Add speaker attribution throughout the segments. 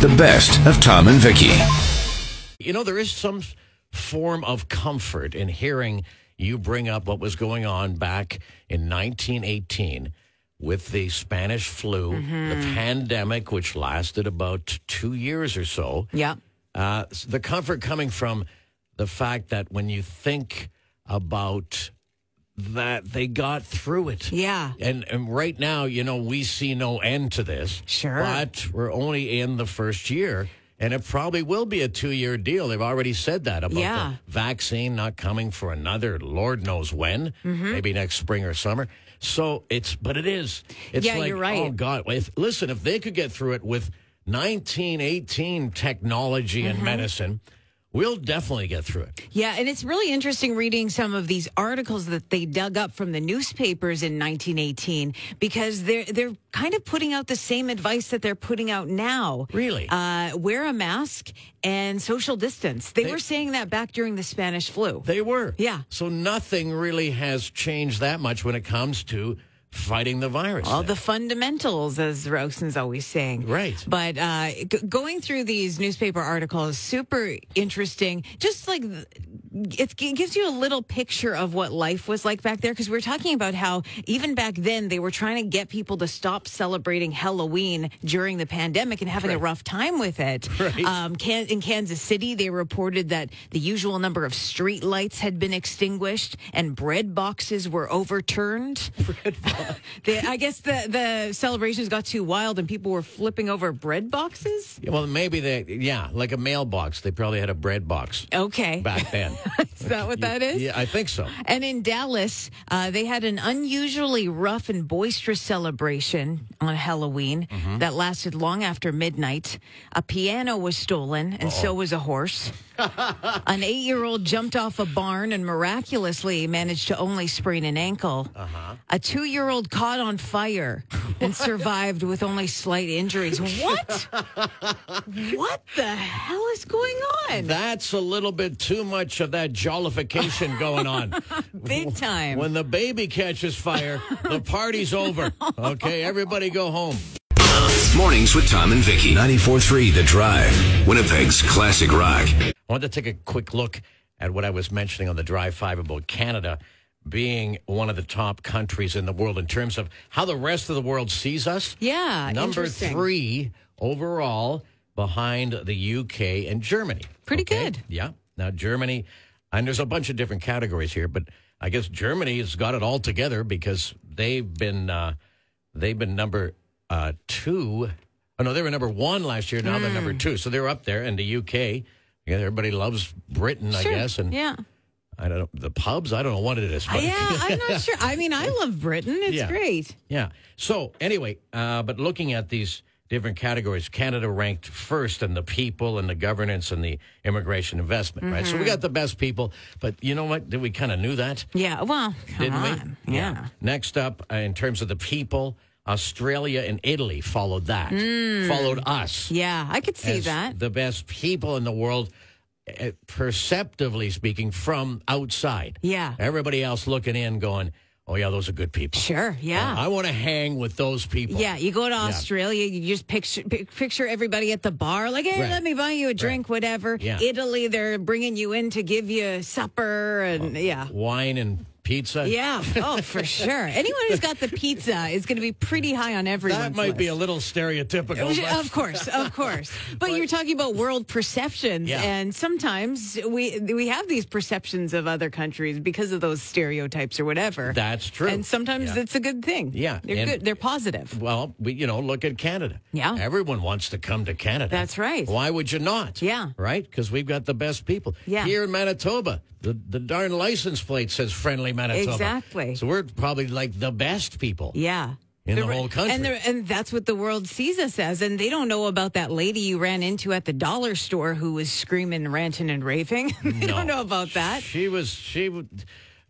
Speaker 1: the best of Tom and Vicky.
Speaker 2: You know, there is some form of comfort in hearing you bring up what was going on back in 1918 with the Spanish flu, the pandemic, which lasted about two years or so.
Speaker 3: Yeah.
Speaker 2: Uh, s- the comfort coming from the fact that when you think about that, they got through it.
Speaker 3: Yeah.
Speaker 2: And, and right now, you know, we see no end to this.
Speaker 3: Sure.
Speaker 2: But we're only in the first year, and it probably will be a two year deal. They've already said that about
Speaker 3: Yeah.
Speaker 2: the vaccine not coming for another Lord knows when,
Speaker 3: Mm-hmm.
Speaker 2: maybe next spring or summer. So it's, but it is. It's
Speaker 3: Yeah,
Speaker 2: like,
Speaker 3: you're right.
Speaker 2: oh God, if, listen, if they could get through it with 1918 technology and
Speaker 3: Mm-hmm.
Speaker 2: medicine, we'll definitely get through it.
Speaker 3: Yeah, and it's really interesting reading some of these articles that they dug up from the newspapers in 1918 because they're they're kind of putting out the same advice that they're putting out now.
Speaker 2: Really?
Speaker 3: Uh, wear a mask and social distance. They, were saying that back during the Spanish flu.
Speaker 2: They were.
Speaker 3: Yeah.
Speaker 2: So nothing really has changed that much when it comes to fighting the virus.
Speaker 3: All the fundamentals, as Rosen's always saying.
Speaker 2: Right.
Speaker 3: But uh, g- going through these newspaper articles, super interesting. Just like th- it, g gives you a little picture of what life was like back there, because we're talking about how even back then they were trying to get people to stop celebrating Halloween during the pandemic and having a rough time with it.
Speaker 2: Right.
Speaker 3: Um, Can- in Kansas City, they reported that the usual number of street lights had been extinguished and bread boxes were overturned. The, I guess the, the celebrations got too wild and people were flipping over bread boxes.
Speaker 2: Yeah, well, maybe they, yeah, like a mailbox. They probably had a bread box
Speaker 3: Okay.
Speaker 2: back then.
Speaker 3: Is that what that is?
Speaker 2: yeah, I think so.
Speaker 3: And in Dallas, uh, they had an unusually rough and boisterous celebration on Halloween that lasted long after midnight. A piano was stolen, and so was a horse. an eight year old jumped off a barn and miraculously managed to only sprain an ankle. A two year old caught on fire and survived with only slight injuries. What? what the hell is going on?
Speaker 2: That's a little bit too much of that jollification going on.
Speaker 3: Big time.
Speaker 2: When the baby catches fire, the party's over. Okay, everybody go home.
Speaker 1: Mornings with Tom and Vicky. 94.3 The Drive. Winnipeg's classic rock.
Speaker 2: I wanted to take a quick look at what I was mentioning on the Drive 5 about Canada being one of the top countries in the world in terms of how the rest of the world sees us.
Speaker 3: Yeah,
Speaker 2: Number
Speaker 3: Uh, interesting.
Speaker 2: three overall behind the UK and Germany.
Speaker 3: Pretty good.
Speaker 2: Yeah. Now, Germany, and there's a bunch of different categories here, but I guess Germany has got it all together because they've been. Uh, They've been number uh, two. Oh no, they were number one last year. Now they're number
Speaker 3: Hmm.
Speaker 2: two, so they're up there. And the UK, yeah, everybody loves Britain, I
Speaker 3: Sure.
Speaker 2: guess. And
Speaker 3: yeah.
Speaker 2: I don't know the pubs. I don't know what it is. But
Speaker 3: Yeah, I'm not sure. I mean, I love Britain. It's
Speaker 2: Yeah.
Speaker 3: great.
Speaker 2: yeah. So anyway, uh, but looking at these different categories, Canada ranked first in the people and the governance and the immigration investment. Right.
Speaker 3: Mm-hmm.
Speaker 2: So we got the best people, but you know what? Did we kind of knew that?
Speaker 3: Yeah. Well, come
Speaker 2: didn't
Speaker 3: on.
Speaker 2: we?
Speaker 3: Yeah.
Speaker 2: Next up, uh, in terms of the people, Australia and Italy followed that, followed us.
Speaker 3: Yeah, I could Mm. see
Speaker 2: as
Speaker 3: that.
Speaker 2: The best people in the world, eh, perceptively speaking, from outside.
Speaker 3: Yeah.
Speaker 2: Everybody else looking in, going, oh, yeah, those are good people.
Speaker 3: Sure. Yeah.
Speaker 2: I want to hang with those people.
Speaker 3: Ah. yeah, you go to Australia, you just picture pic- picture everybody at the bar, like, hey,
Speaker 2: Right.
Speaker 3: let me buy you a drink, whatever.
Speaker 2: Yeah.
Speaker 3: Italy, they're bringing you in to give you supper,
Speaker 2: Oh.
Speaker 3: and yeah,
Speaker 2: Wine and pizza.
Speaker 3: yeah, oh, for sure. Anyone who's got the pizza is going to be pretty high on everyone's
Speaker 2: That might be a little stereotypical.
Speaker 3: Which-
Speaker 2: but-
Speaker 3: of course, of course. But, you're talking about world perceptions,
Speaker 2: Yeah.
Speaker 3: and sometimes we we have these perceptions of other countries because of those stereotypes or whatever.
Speaker 2: That's true.
Speaker 3: And sometimes
Speaker 2: Yeah.
Speaker 3: it's a good thing.
Speaker 2: Yeah,
Speaker 3: they're
Speaker 2: and-
Speaker 3: good. They're positive.
Speaker 2: Well, we, you know, look at Canada.
Speaker 3: Yeah.
Speaker 2: Everyone wants to come to Canada.
Speaker 3: That's right.
Speaker 2: Why would you not?
Speaker 3: Yeah.
Speaker 2: Right? Because we've got the best people.
Speaker 3: Yeah.
Speaker 2: Here in Manitoba, the, the darn license plate says friendly Manitoba.
Speaker 3: Exactly.
Speaker 2: So we're probably like the best people.
Speaker 3: Yeah.
Speaker 2: In the
Speaker 3: They're-
Speaker 2: whole country.
Speaker 3: and they're- and that's what the world sees us as, and they don't know about that lady you ran into at the dollar store who was screaming, ranting, and raving. they don't know about that.
Speaker 2: She was, she, w-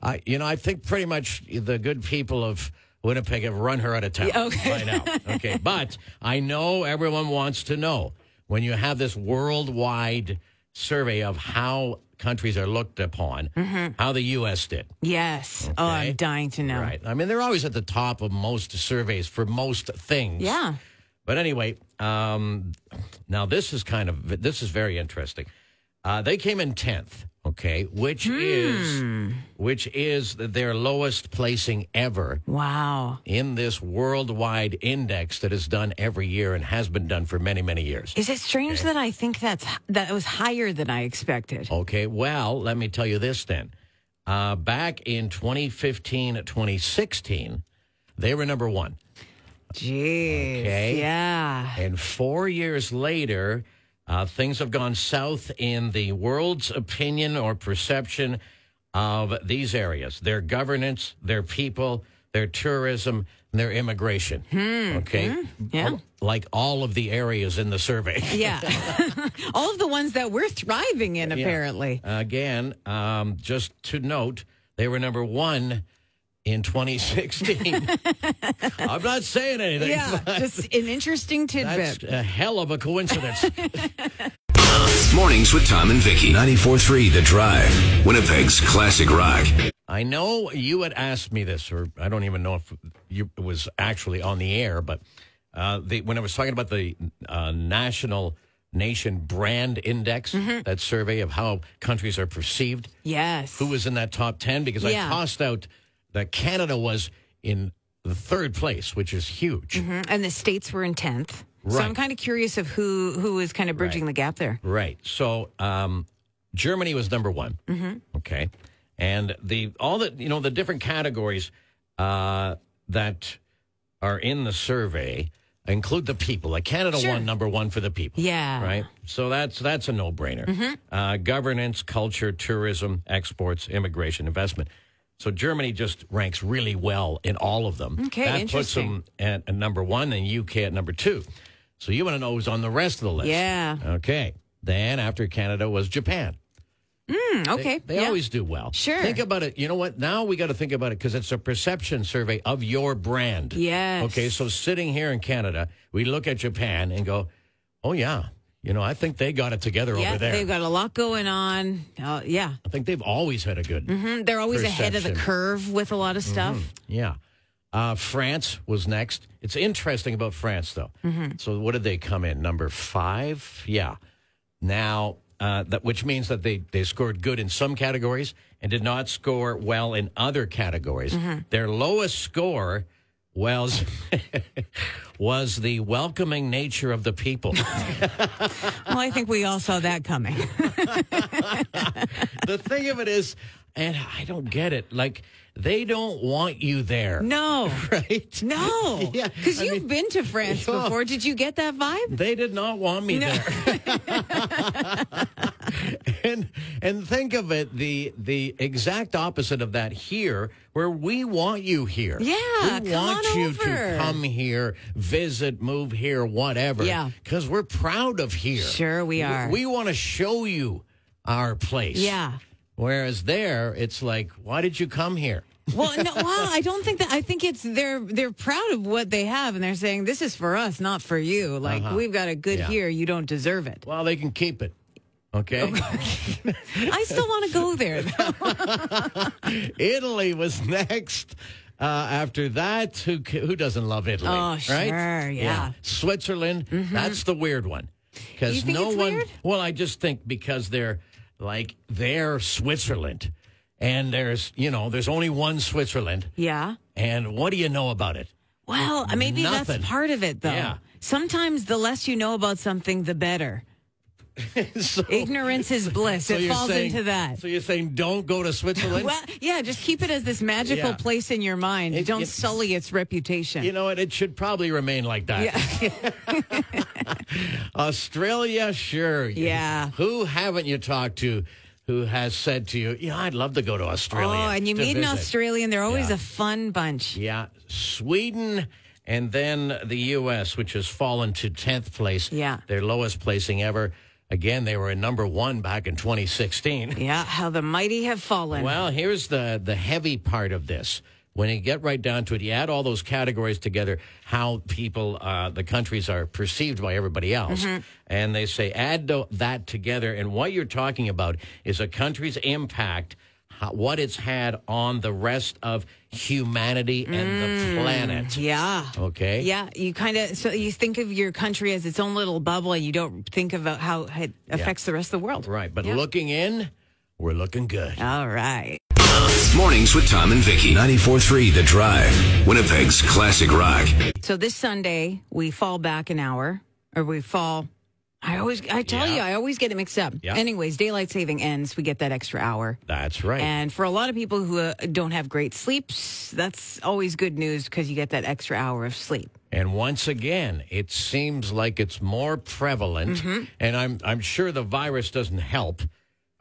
Speaker 2: I, you know, I think pretty much the good people of Winnipeg have run her out of town by now. Okay. But I know everyone wants to know when you have this worldwide survey of how countries are looked upon,
Speaker 3: Mm-hmm.
Speaker 2: how the U.S. did.
Speaker 3: Yes. Oh,
Speaker 2: Okay.
Speaker 3: I'm dying to know.
Speaker 2: Right. I mean, they're always at the top of most surveys for most things.
Speaker 3: Yeah.
Speaker 2: But anyway, Um, now this is kind of this is very interesting. Uh, they came in tenth, okay, which is which is their lowest placing ever
Speaker 3: Wow.
Speaker 2: in this worldwide index that is done every year and has been done for many many years.
Speaker 3: Is it strange that I think that's that was higher than I expected?
Speaker 2: Okay, well, let me tell you this then. Uh, back in 2015 2016, they were number one.
Speaker 3: Jeez.
Speaker 2: Okay.
Speaker 3: Yeah.
Speaker 2: And four years later, uh, things have gone south in the world's opinion or perception of these areas their governance, their people, their tourism, and their immigration. Okay.
Speaker 3: Hmm, Yeah.
Speaker 2: Like all of the areas in the survey.
Speaker 3: Yeah. All of the ones that we're thriving in, apparently.
Speaker 2: Again, um, just to note, they were number one in 2016. I'm not saying anything.
Speaker 3: Yeah. Just an interesting
Speaker 2: That's
Speaker 3: tidbit.
Speaker 2: a hell of a coincidence.
Speaker 1: Mornings with Tom and Vicky. 94.3 The Drive. Winnipeg's classic rock.
Speaker 2: I know you had asked me this, or I don't even know if you, it was actually on the air, but uh, the, when I was talking about the uh, National Nation Brand Index, that survey of how countries are perceived,
Speaker 3: yes.
Speaker 2: who was in that top 10 because
Speaker 3: Yeah.
Speaker 2: I tossed out that Canada was in the third place, which is huge.
Speaker 3: Mhm. And the states were in 10th. So I'm
Speaker 2: Right.
Speaker 3: kind of curious of who who is kind of bridging the gap there.
Speaker 2: Right. So um, Germany was number one. Mm-hmm. Okay, and the all the you know the different categories uh, that are in the survey include the people. Like Canada
Speaker 3: Sure.
Speaker 2: won number one for the people.
Speaker 3: Yeah. Mm-hmm.
Speaker 2: Right. So that's that's a no brainer. Uh, governance, culture, tourism, exports, immigration, investment. So Germany just ranks really well in all of them.
Speaker 3: Okay,
Speaker 2: that puts
Speaker 3: interesting.
Speaker 2: them at, at number one, and UK at number two. So you want to know who's on the rest of the list?
Speaker 3: Yeah.
Speaker 2: Okay. Then after Canada was Japan.
Speaker 3: Mm, okay.
Speaker 2: They
Speaker 3: yeah.
Speaker 2: always do well.
Speaker 3: Sure.
Speaker 2: Think about it. You know what? Now we got to think about it because it's a perception survey of your brand.
Speaker 3: Yes.
Speaker 2: Okay. So sitting here in Canada, we look at Japan and go, oh, yeah. You know, I think they got it together
Speaker 3: yeah,
Speaker 2: over there.
Speaker 3: they've got a lot going on. Uh, yeah.
Speaker 2: I think they've always had a good.
Speaker 3: Mm, They're always ahead of the
Speaker 2: Perception.
Speaker 3: curve with a lot of stuff.
Speaker 2: Yeah. Uh, France was next. It's interesting about France, though. So, what did they come in? Number five? Yeah. Now, uh, that, which means that they, they scored good in some categories and did not score well in other categories. Their lowest score was, was the welcoming nature of the people.
Speaker 3: Well, I think we all saw that coming.
Speaker 2: the thing of it is, and I don't get it, like, they don't want you there.
Speaker 3: No.
Speaker 2: Right?
Speaker 3: No.
Speaker 2: Yeah,
Speaker 3: Because
Speaker 2: I mean-
Speaker 3: you've
Speaker 2: Oh.
Speaker 3: been to France
Speaker 2: Yeah.
Speaker 3: before. Did you get that vibe?
Speaker 2: They did not want me
Speaker 3: No.
Speaker 2: there. and and think of it the the exact opposite of that here, where we want you here.
Speaker 3: Yeah,
Speaker 2: we
Speaker 3: come
Speaker 2: want
Speaker 3: on
Speaker 2: you
Speaker 3: over.
Speaker 2: to come here, visit, move here, whatever.
Speaker 3: Yeah.
Speaker 2: because we're proud of here.
Speaker 3: Sure we are.
Speaker 2: We, want to show you our place.
Speaker 3: Yeah.
Speaker 2: Whereas there, it's like, why did you come here?
Speaker 3: Well, no, well, I don't think that. I think it's they're they're proud of what they have, and they're saying this is for us, not for you. Like we've got a good
Speaker 2: Uh-huh. Yeah.
Speaker 3: here, you don't deserve it.
Speaker 2: Well, they can keep it. Okay.
Speaker 3: I still want to go there. though.
Speaker 2: Italy was next. Uh, after that, who c- who doesn't love Italy?
Speaker 3: Oh,
Speaker 2: right?
Speaker 3: sure, yeah. Mm-hmm.
Speaker 2: Switzerland. That's the weird one
Speaker 3: You
Speaker 2: because
Speaker 3: think
Speaker 2: no
Speaker 3: it's
Speaker 2: one.
Speaker 3: weird?
Speaker 2: Well, I just think because they're like they're Switzerland, and there's you know there's only one Switzerland,
Speaker 3: yeah.
Speaker 2: and what do you know about it?
Speaker 3: Well, maybe
Speaker 2: Nothing.
Speaker 3: that's part of it, though.
Speaker 2: Yeah.
Speaker 3: Sometimes the less you know about something, the better.
Speaker 2: so,
Speaker 3: Ignorance is bliss.
Speaker 2: Oh. so
Speaker 3: it
Speaker 2: you're
Speaker 3: falls
Speaker 2: saying-
Speaker 3: into that.
Speaker 2: So you're saying don't go to Switzerland.
Speaker 3: Well, yeah, just keep it as this magical
Speaker 2: Yeah.
Speaker 3: place in your mind.
Speaker 2: It-
Speaker 3: Don't
Speaker 2: it-
Speaker 3: sully its reputation.
Speaker 2: You know what? It should probably remain like that. Australia, sure.
Speaker 3: Yeah.
Speaker 2: Who haven't you talked to who has said to you, yeah, I'd love to go to Australia?
Speaker 3: oh, and you
Speaker 2: to
Speaker 3: meet an
Speaker 2: visit."
Speaker 3: Australian, they're always
Speaker 2: Yeah.
Speaker 3: a fun bunch.
Speaker 2: Yeah. Sweden and then the U.S., which has fallen to 10th place.
Speaker 3: Yeah.
Speaker 2: Their lowest placing ever. Again, they were in number one back in 2016.
Speaker 3: Yeah, how the mighty have fallen.
Speaker 2: Well, here's the the heavy part of this. When you get right down to it, you add all those categories together, how people, uh, the countries are perceived by everybody else.
Speaker 3: Mm-hmm.
Speaker 2: And they say, add tho- that together. And what you're talking about is a country's impact, how, what it's had on the rest of humanity and the planet.
Speaker 3: Mm. Yeah.
Speaker 2: Okay.
Speaker 3: Yeah, you kind of so you think of your country as its own little bubble, and you don't think about how it affects the rest of the world.
Speaker 2: Right. But
Speaker 3: Yeah.
Speaker 2: looking in, we're looking good.
Speaker 3: All right.
Speaker 1: Mornings with Tom and Vicky. 94.3 The Drive. Winnipeg's classic rock.
Speaker 3: So this Sunday we fall back an hour, or we fall. I always, I tell you, I always get it mixed up.
Speaker 2: Yeah.
Speaker 3: Anyways, daylight saving ends, we get that extra hour.
Speaker 2: That's right.
Speaker 3: And for a lot of people who uh, don't have great sleeps, that's always good news because you get that extra hour of sleep.
Speaker 2: And once again, it seems like it's more prevalent,
Speaker 3: Mm-hmm.
Speaker 2: and I'm I'm sure the virus doesn't help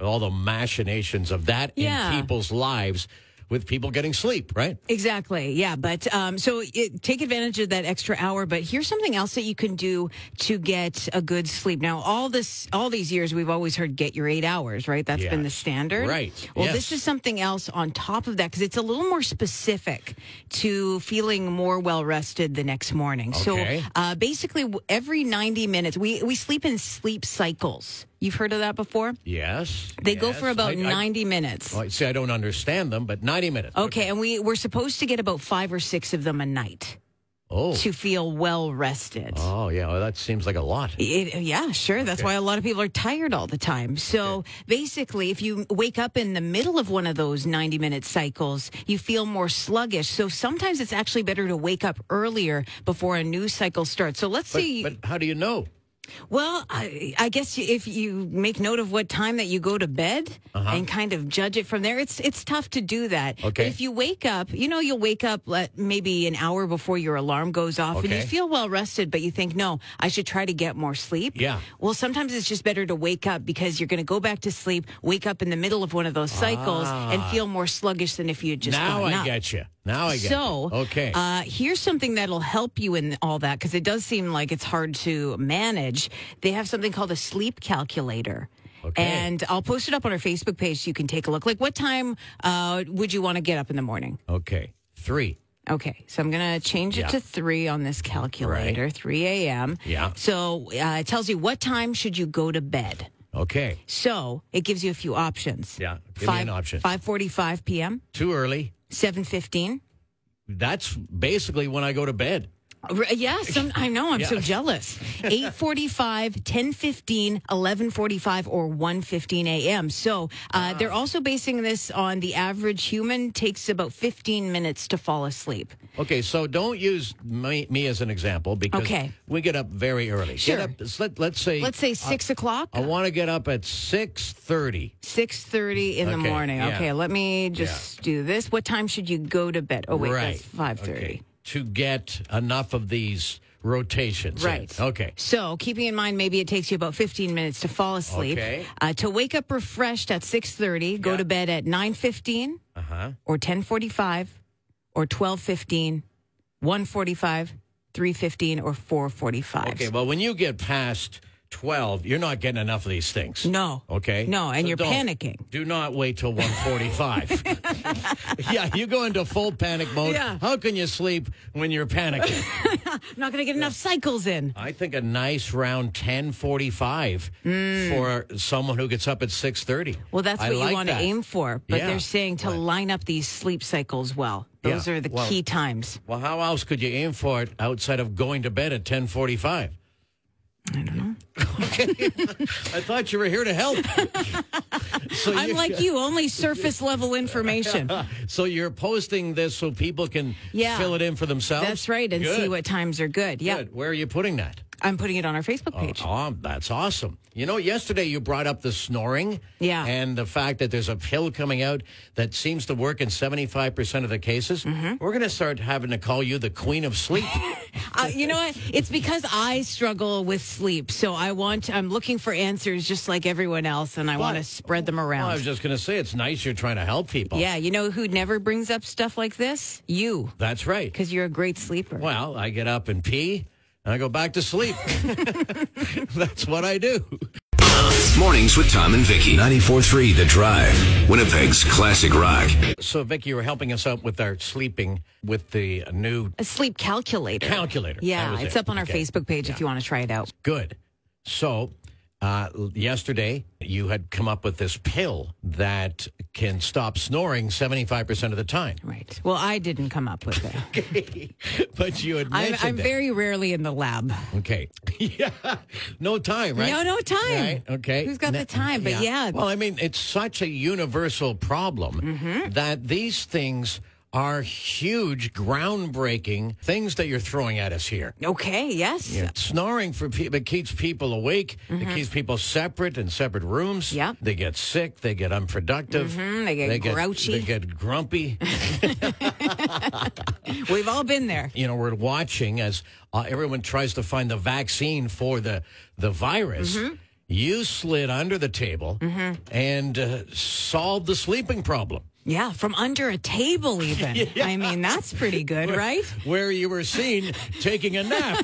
Speaker 2: all the machinations of that
Speaker 3: Yeah.
Speaker 2: in people's lives with people getting sleep, right?
Speaker 3: Exactly. Yeah. But um, so it, take advantage of that extra hour. But here's something else that you can do to get a good sleep. Now, all this, all these years, we've always heard get your eight hours, right? That's been the
Speaker 2: Yes.
Speaker 3: standard.
Speaker 2: Right.
Speaker 3: Well,
Speaker 2: Yes.
Speaker 3: this is something else on top of that because it's a little more specific to feeling more well rested the next morning.
Speaker 2: Okay.
Speaker 3: So uh, basically, w- every 90 minutes, we, we sleep in sleep cycles. You've heard of that before?
Speaker 2: Yes.
Speaker 3: They go for
Speaker 2: yes.
Speaker 3: about
Speaker 2: I- I-
Speaker 3: 90 minutes.
Speaker 2: well, see, I don't understand them, but 90 minutes.
Speaker 3: Okay, and we we're supposed to get about five or six of them a night
Speaker 2: Oh.
Speaker 3: to feel well rested.
Speaker 2: Oh yeah, well, that seems like a lot.
Speaker 3: It- yeah, sure. That's why a lot of people are tired all the time. So basically, if you wake up in the middle of one of those 90 minute cycles, you feel more sluggish. So sometimes it's actually better to wake up earlier before a new cycle starts. So let's
Speaker 2: But,
Speaker 3: see.
Speaker 2: but how do you know?
Speaker 3: well, I, I guess you- if you make note of what time that you go to bed and kind of judge it from there, it's it's tough to do that. But
Speaker 2: Uh-huh. Okay.
Speaker 3: if you wake up, you know you'll wake up like, maybe an hour before your alarm goes off, and you
Speaker 2: Okay.
Speaker 3: feel well rested, but you think, no, I should try to get more sleep.
Speaker 2: Yeah.
Speaker 3: Well, sometimes it's just better to wake up because you're going to go back to sleep, wake up in the middle of one of those cycles, and feel more sluggish than if you had just
Speaker 2: Ah. now
Speaker 3: gotten
Speaker 2: I
Speaker 3: up.
Speaker 2: get you. Now I get
Speaker 3: So,
Speaker 2: you. Okay.
Speaker 3: uh, here's something that'll help you in all that because it does seem like it's hard to manage. They have something called a sleep calculator.
Speaker 2: Okay.
Speaker 3: And I'll post it up on our Facebook page so you can take a look. Like, what time uh, would you want to get up in the morning?
Speaker 2: okay. Three.
Speaker 3: Okay, so I'm going to change it
Speaker 2: Yeah.
Speaker 3: to three on this calculator, 3 a.m.
Speaker 2: Yeah.
Speaker 3: So uh, it tells you what time should you go to bed.
Speaker 2: Okay.
Speaker 3: So it gives you a few options.
Speaker 2: Yeah, give me
Speaker 3: Five,
Speaker 2: an option.
Speaker 3: 5.45 p.m.,
Speaker 2: Too early.
Speaker 3: 7.15.
Speaker 2: That's basically when I go to bed.
Speaker 3: R- Yeah, some, I know. I'm so
Speaker 2: Yeah.
Speaker 3: jealous. 845, 1015, 1145, or 115 a.m. So uh, they're also basing this on the average human takes about 15 minutes to fall asleep.
Speaker 2: Okay, so don't use me, me as an example because
Speaker 3: Okay.
Speaker 2: we get up very early.
Speaker 3: Sure.
Speaker 2: Get up, let, let's say
Speaker 3: Let's say 6 o'clock.
Speaker 2: I want to get up at six thirty.
Speaker 3: 6.30 in the
Speaker 2: Okay,
Speaker 3: morning.
Speaker 2: yeah.
Speaker 3: Okay, let me just do this. What time should you go to bed? Oh, wait,
Speaker 2: right,
Speaker 3: that's 5.30.
Speaker 2: Okay, to get enough of these rotations. in.
Speaker 3: Right.
Speaker 2: Okay.
Speaker 3: So, keeping in mind, maybe it takes you about 15 minutes to fall asleep.
Speaker 2: Okay.
Speaker 3: Uh, to wake up refreshed at 6:30, go to bed at 9:15,
Speaker 2: Uh-huh.
Speaker 3: or 10:45, or 12:15, 1:45, 3:15, or 4:45.
Speaker 2: Okay. Well, when you get past twelve, you're not getting enough of these things.
Speaker 3: No.
Speaker 2: Okay.
Speaker 3: No, and
Speaker 2: So
Speaker 3: you're
Speaker 2: don't-
Speaker 3: panicking.
Speaker 2: Do not wait till 145. yeah, you go into full panic mode.
Speaker 3: Yeah.
Speaker 2: How can you sleep when you're panicking?
Speaker 3: I'm not going to get enough cycles in.
Speaker 2: I think a nice round 1045 for someone who gets up at 630.
Speaker 3: Mm. Well, that's
Speaker 2: I
Speaker 3: what
Speaker 2: like
Speaker 3: you want to
Speaker 2: that.
Speaker 3: aim for. But
Speaker 2: Yeah.
Speaker 3: they're saying to
Speaker 2: Right.
Speaker 3: line up these sleep cycles well.
Speaker 2: Yeah.
Speaker 3: Those are the
Speaker 2: Well-
Speaker 3: key times.
Speaker 2: Well, how else could you aim for it outside of going to bed at 1045? I don't know. I thought you were here to help. so,
Speaker 3: I'm
Speaker 2: you, uh,
Speaker 3: like you, only surface level information.
Speaker 2: so you're posting this so people can
Speaker 3: Yeah.
Speaker 2: fill it in for themselves?
Speaker 3: That's right, and see
Speaker 2: Good,
Speaker 3: what times are good. Yeah,
Speaker 2: Good. Where are you putting that?
Speaker 3: I'm putting it on our Facebook page.
Speaker 2: Oh, that's awesome. You know, yesterday you brought up the snoring.
Speaker 3: Yeah.
Speaker 2: And the fact that there's a pill coming out that seems to work in 75% of the cases.
Speaker 3: Mm-hmm.
Speaker 2: We're going to start having to call you the queen of sleep.
Speaker 3: Uh, you know what? It's because I struggle with sleep, so I want. I'm looking for answers, just like everyone else, and I want to spread them
Speaker 2: Well, I
Speaker 3: around.
Speaker 2: was just going to say, it's nice you're trying to help people.
Speaker 3: yeah, you know who never brings up stuff like this? You,
Speaker 2: That's right.
Speaker 3: because you're a great sleeper.
Speaker 2: Well, I get up and pee and I go back to sleep. that's what I do.
Speaker 1: Mornings with Tom and Vicky. 94.3 The Drive. Winnipeg's classic rock.
Speaker 2: So, Vic, you were helping us out with our sleeping with the new
Speaker 3: A sleep calculator.
Speaker 2: Calculator. That
Speaker 3: Yeah,
Speaker 2: was
Speaker 3: it's
Speaker 2: it.
Speaker 3: up on our
Speaker 2: Okay.
Speaker 3: Facebook page if you want to try it out.
Speaker 2: Good. So, uh, yesterday you had come up with this pill that can stop snoring 75% of the time.
Speaker 3: Right. Well, I didn't come up with it.
Speaker 2: But you had
Speaker 3: I'm,
Speaker 2: mentioned
Speaker 3: I'm
Speaker 2: it.
Speaker 3: very rarely in the lab.
Speaker 2: Okay. yeah. No time, right?
Speaker 3: No, no time.
Speaker 2: Right? Okay.
Speaker 3: Who's got the time? But yeah.
Speaker 2: Well, I mean, it's such a universal problem
Speaker 3: Mm-hmm.
Speaker 2: that these things are huge, groundbreaking things that you're throwing at us here.
Speaker 3: Okay. Yes.
Speaker 2: Snoring for people it keeps people awake. It
Speaker 3: Mm-hmm.
Speaker 2: keeps people separate in separate rooms.
Speaker 3: Yep.
Speaker 2: They get sick. They get unproductive.
Speaker 3: Mm-hmm. they get grouchy.
Speaker 2: They get grumpy.
Speaker 3: We've all been there.
Speaker 2: you know we're watching as uh, everyone tries to find the vaccine for the the virus.
Speaker 3: Mm-hmm.
Speaker 2: You slid under the table and uh, solved the sleeping problem
Speaker 3: Yeah. From under a table, even. I mean, that's pretty good, right?
Speaker 2: where you were seen taking a nap.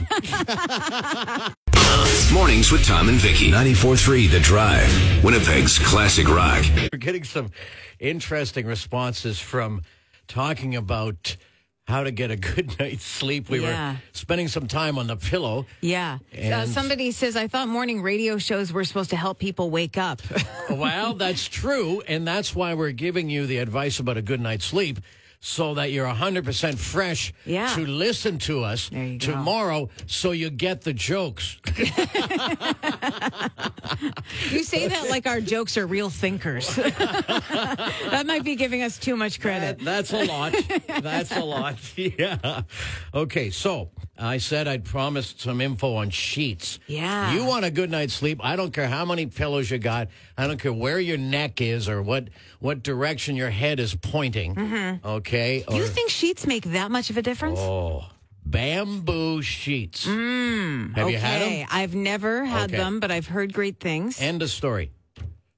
Speaker 1: Mornings with Tom and Vicky. 94.3 The Drive. Winnipeg's classic rock.
Speaker 2: We're getting some interesting responses from talking about how to get a good night's sleep. We
Speaker 3: Yeah.
Speaker 2: were spending some time on the pillow.
Speaker 3: Yeah. Uh,
Speaker 2: And-
Speaker 3: somebody says, I thought morning radio shows were supposed to help people wake up.
Speaker 2: well, that's true. And that's why we're giving you the advice about a good night's sleep so that you're 100% fresh
Speaker 3: Yeah.
Speaker 2: to listen to us
Speaker 3: There you go.
Speaker 2: tomorrow so you get the jokes.
Speaker 3: You say that like our jokes are real thinkers. that might be giving us too much credit.
Speaker 2: That's a lot. That's a lot. Yeah. Okay. So I said I'd promised some info on sheets.
Speaker 3: Yeah.
Speaker 2: You want a good night's sleep. I don't care how many pillows you got. I don't care where your neck is or what, what direction your head is pointing. Okay.
Speaker 3: Do
Speaker 2: or-
Speaker 3: Mm-hmm.
Speaker 2: Oh.
Speaker 3: you think sheets make that much of a difference?
Speaker 2: bamboo sheets. Have
Speaker 3: Mm, okay.
Speaker 2: you had them?
Speaker 3: I've never had
Speaker 2: Okay.
Speaker 3: them, but I've heard great things.
Speaker 2: End of story.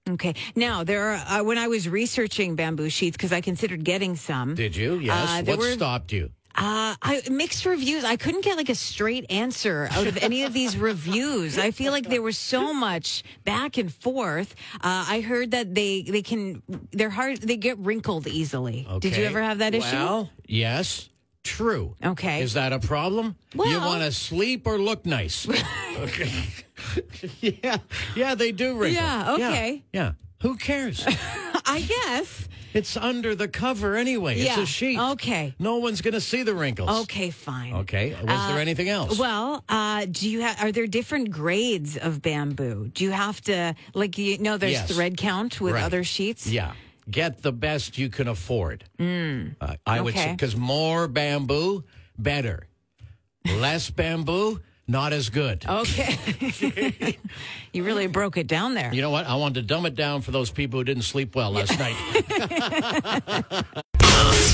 Speaker 3: okay. Now, there are, uh, when I was researching bamboo sheets, because I considered getting some.
Speaker 2: Did you? Yes.
Speaker 3: Uh, there
Speaker 2: what
Speaker 3: were-
Speaker 2: stopped you?
Speaker 3: Uh, I mixed reviews. I couldn't get like a straight answer out of any of these reviews. I feel like there was so much back and forth. Uh, I heard that they they can they're hard they get wrinkled easily. Did you
Speaker 2: Okay.
Speaker 3: ever have that issue?
Speaker 2: Well, yes. True.
Speaker 3: Okay.
Speaker 2: Is that a problem? you
Speaker 3: Well-
Speaker 2: want to sleep or look nice? okay. yeah. Yeah, they do wrinkle.
Speaker 3: Yeah, okay.
Speaker 2: Yeah. Who cares?
Speaker 3: I guess.
Speaker 2: it's under the cover anyway. It's
Speaker 3: Yeah,
Speaker 2: a sheet.
Speaker 3: okay.
Speaker 2: No one's going to see the wrinkles.
Speaker 3: Okay, fine.
Speaker 2: Okay. Was there anything else?
Speaker 3: Well, uh, do you have? Are there different grades of bamboo? Do you have to like you know? There's
Speaker 2: Yes.
Speaker 3: thread count with
Speaker 2: Right.
Speaker 3: other sheets.
Speaker 2: Yeah. Get the best you can afford. Uh, I would say,
Speaker 3: Hmm. okay.
Speaker 2: because more bamboo, better. Less bamboo, not as good.
Speaker 3: Okay. you really broke it down there.
Speaker 2: You know what? I wanted to dumb it down for those people who didn't sleep well last night.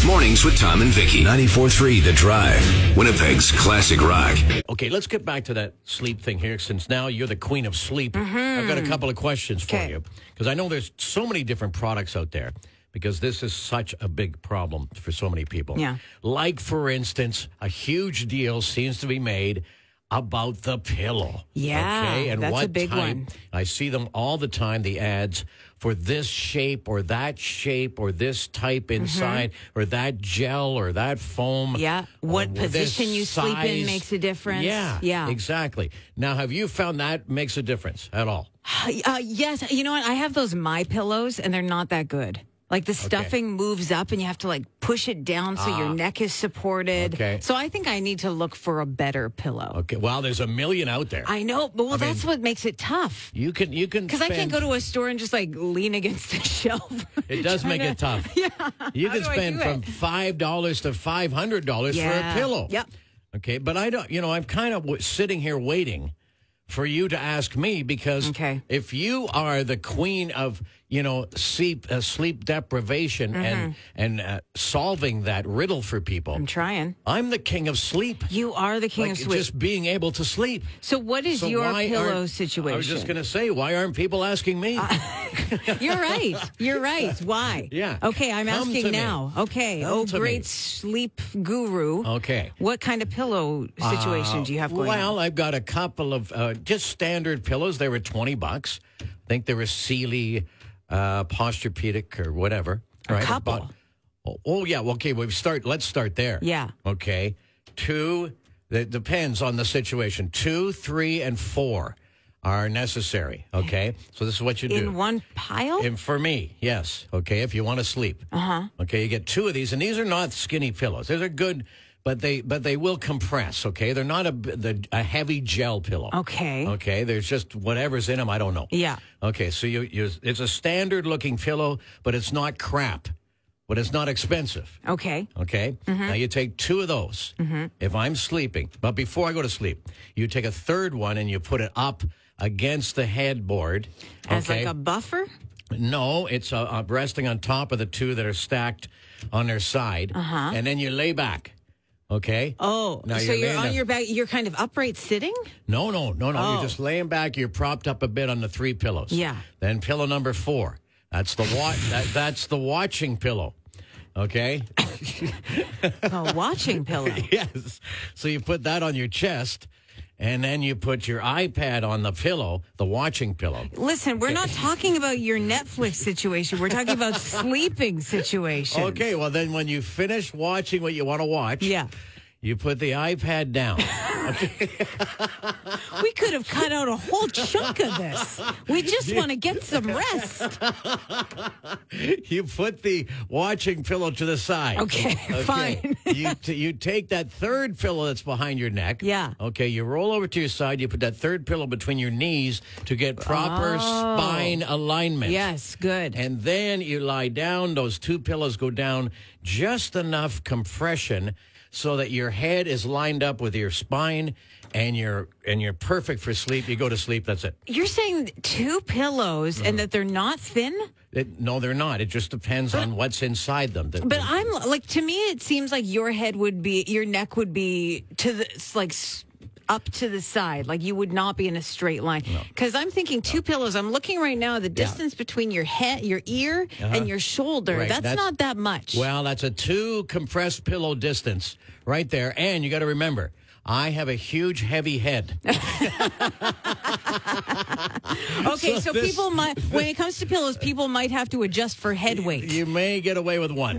Speaker 1: Mornings with Tom and Vicky. 94.3 The Drive. Winnipeg's classic rock.
Speaker 2: Okay, let's get back to that sleep thing here, since now you're the queen of sleep. I've got a couple of questions for
Speaker 3: Mm-hmm. Okay.
Speaker 2: you, because I know there's so many different products out there, because this is such a big problem for so many people.
Speaker 3: Yeah.
Speaker 2: Like, for instance, a huge deal seems to be made about the pillow.
Speaker 3: Yeah,
Speaker 2: Okay, and
Speaker 3: that's a
Speaker 2: what
Speaker 3: big
Speaker 2: type-
Speaker 3: one.
Speaker 2: I see them all the time, the ads for this shape or that shape or this type
Speaker 3: Mm-hmm.
Speaker 2: inside or that gel or that foam.
Speaker 3: Yeah, what
Speaker 2: Uh, this
Speaker 3: position you sleep in makes a difference.
Speaker 2: Yeah.
Speaker 3: Yeah.
Speaker 2: Exactly. Now, have you found that makes a difference at all?
Speaker 3: Uh, yes, you know what? I have those my pillows, and they're not that good. Like the stuffing moves up, and you have to like push it down so your neck is supported.
Speaker 2: Ah. Okay.
Speaker 3: So I think I need to look for a better pillow.
Speaker 2: Okay. Well, there's a million out there.
Speaker 3: I know, but well, that's what makes it tough.
Speaker 2: you can, you can,
Speaker 3: Because I
Speaker 2: spend-
Speaker 3: can't go to a store and just like lean against the shelf.
Speaker 2: It does make it tough. Yeah. You can
Speaker 3: do I
Speaker 2: spend
Speaker 3: do
Speaker 2: from five dollars to five hundred dollars
Speaker 3: Yeah.
Speaker 2: for a pillow.
Speaker 3: Yep.
Speaker 2: Okay, but I don't. You know, I'm kind of w- sitting here waiting for you to ask me because
Speaker 3: Okay.
Speaker 2: if you are the queen of you know sleep uh, sleep deprivation and and uh, solving that riddle for people,
Speaker 3: Mm-hmm. I'm
Speaker 2: I'm,
Speaker 3: trying.
Speaker 2: the king of sleep.
Speaker 3: You are the king
Speaker 2: Like
Speaker 3: of sweets.
Speaker 2: just being able to sleep.
Speaker 3: so what is
Speaker 2: So
Speaker 3: your
Speaker 2: why aren't-
Speaker 3: pillow
Speaker 2: I was just
Speaker 3: situation? Uh,
Speaker 2: going to say, why aren't people asking me?
Speaker 3: You're right. You're right. Why?
Speaker 2: Yeah.
Speaker 3: Okay, I'm
Speaker 2: Come to
Speaker 3: asking
Speaker 2: me.
Speaker 3: now. Okay.
Speaker 2: Come
Speaker 3: oh,
Speaker 2: to me.
Speaker 3: great sleep guru.
Speaker 2: Okay.
Speaker 3: What kind of pillow situation do you have going
Speaker 2: Uh, well,
Speaker 3: on?
Speaker 2: I've got a couple of uh, just standard pillows. They were 20 bucks. I think they were Sealy, uh, Posturepedic, or whatever. right?
Speaker 3: couple.
Speaker 2: About- oh, oh, yeah. Well, okay. We start. Let's start there.
Speaker 3: Yeah.
Speaker 2: Okay. Two. It depends on the situation. Two, three, and four. are necessary. Okay, so this is what you do
Speaker 3: in one pile.
Speaker 2: and for me, yes. Okay, if you want to sleep. Uh-huh. Okay, you get two of these, and these are not skinny pillows. These are good, but they but they will compress. Okay, they're not a the, a heavy gel pillow.
Speaker 3: Okay.
Speaker 2: Okay, there's just whatever's in them. I don't know.
Speaker 3: Yeah.
Speaker 2: Okay, so you, you it's a standard looking pillow, but it's not crap, but it's not expensive.
Speaker 3: Okay.
Speaker 2: Okay.
Speaker 3: Mm-hmm.
Speaker 2: Now you take two of those if I'm sleeping. But before I go to sleep, you take a third one and you put it up against the headboard.
Speaker 3: As like a buffer?
Speaker 2: No, it's uh, uh, resting on top of the two that are stacked on their side, uh-huh. and then you lay back. Okay.
Speaker 3: Oh,
Speaker 2: Now
Speaker 3: so you're
Speaker 2: laying
Speaker 3: on
Speaker 2: there-
Speaker 3: your back. You're kind of upright sitting?
Speaker 2: No, no, no, no. You're
Speaker 3: Oh.
Speaker 2: just laying back. You're propped up a bit on the three pillows.
Speaker 3: Yeah.
Speaker 2: Then pillow number four. That's the wa- that, That's the watching pillow. Okay.
Speaker 3: A watching pillow.
Speaker 2: yes. So you put that on your chest, and then you put your iPad on the pillow, the watching pillow.
Speaker 3: Listen, we're not talking about your Netflix situation. We're talking about sleeping situations.
Speaker 2: Okay, well then when you finish watching what you want to watch,
Speaker 3: Yeah.
Speaker 2: you put the iPad down.
Speaker 3: We could have cut out a whole chunk of this. We just want to get some rest.
Speaker 2: you put the watching pillow to the side.
Speaker 3: Okay, fine.
Speaker 2: you t- you take that third pillow that's behind your neck.
Speaker 3: Yeah.
Speaker 2: Okay, you roll over to your side. You put that third pillow between your knees to get proper spine alignment.
Speaker 3: Oh. Yes, good.
Speaker 2: And then you lie down, those two pillows go down just enough compression so that your head is lined up with your spine and you're and you're perfect for sleep. You go to sleep, that's it.
Speaker 3: You're saying two pillows
Speaker 2: Mm-hmm.
Speaker 3: and that they're not thin?
Speaker 2: It- no, they're not. It just depends on what's inside them. The-
Speaker 3: But I'm like to me it seems like your head would be your neck would be to the s- like s- up to the side like you would not be in a straight line because i'm thinking two pillows i'm looking right now the distance between your head your ear and your shoulder
Speaker 2: Uh-huh. Right,
Speaker 3: that's,
Speaker 2: that's-
Speaker 3: not that much
Speaker 2: Well, that's a two compressed pillow distance right there. And you got to remember, I have a huge, heavy head.
Speaker 3: okay so,
Speaker 2: so this-
Speaker 3: people might when it comes to pillows people might have to adjust for head weight
Speaker 2: you may get away with one.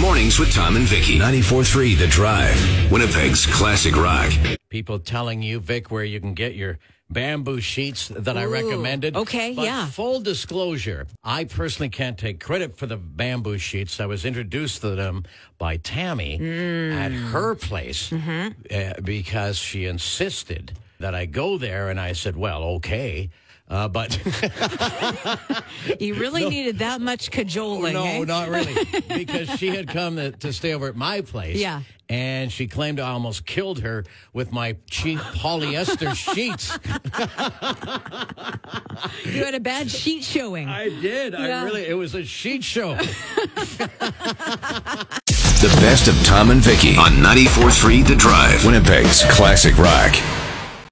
Speaker 1: Mornings with Tom and Vicky. 94.3 The Drive. Winnipeg's classic rock.
Speaker 2: People telling you, Vic, where you can get your bamboo sheets that I recommended.
Speaker 3: okay,
Speaker 2: But
Speaker 3: yeah.
Speaker 2: Full disclosure, I personally can't take credit for the bamboo sheets. I was introduced to them by Tammy
Speaker 3: Mm.
Speaker 2: at her place
Speaker 3: Mm-hmm.
Speaker 2: uh, because she insisted that I go there, and I said, well, okay. Uh, but.
Speaker 3: you really needed that much cajoling
Speaker 2: No,
Speaker 3: eh?
Speaker 2: not really. because she had come to, to stay over at my place.
Speaker 3: Yeah.
Speaker 2: And she claimed I almost killed her with my cheap polyester sheets.
Speaker 3: you had a bad sheet showing
Speaker 2: I did.
Speaker 3: Yeah.
Speaker 2: I really, it was a sheet show.
Speaker 1: The best of Tom and Vicky on 94.3 The Drive. Winnipeg's classic rock.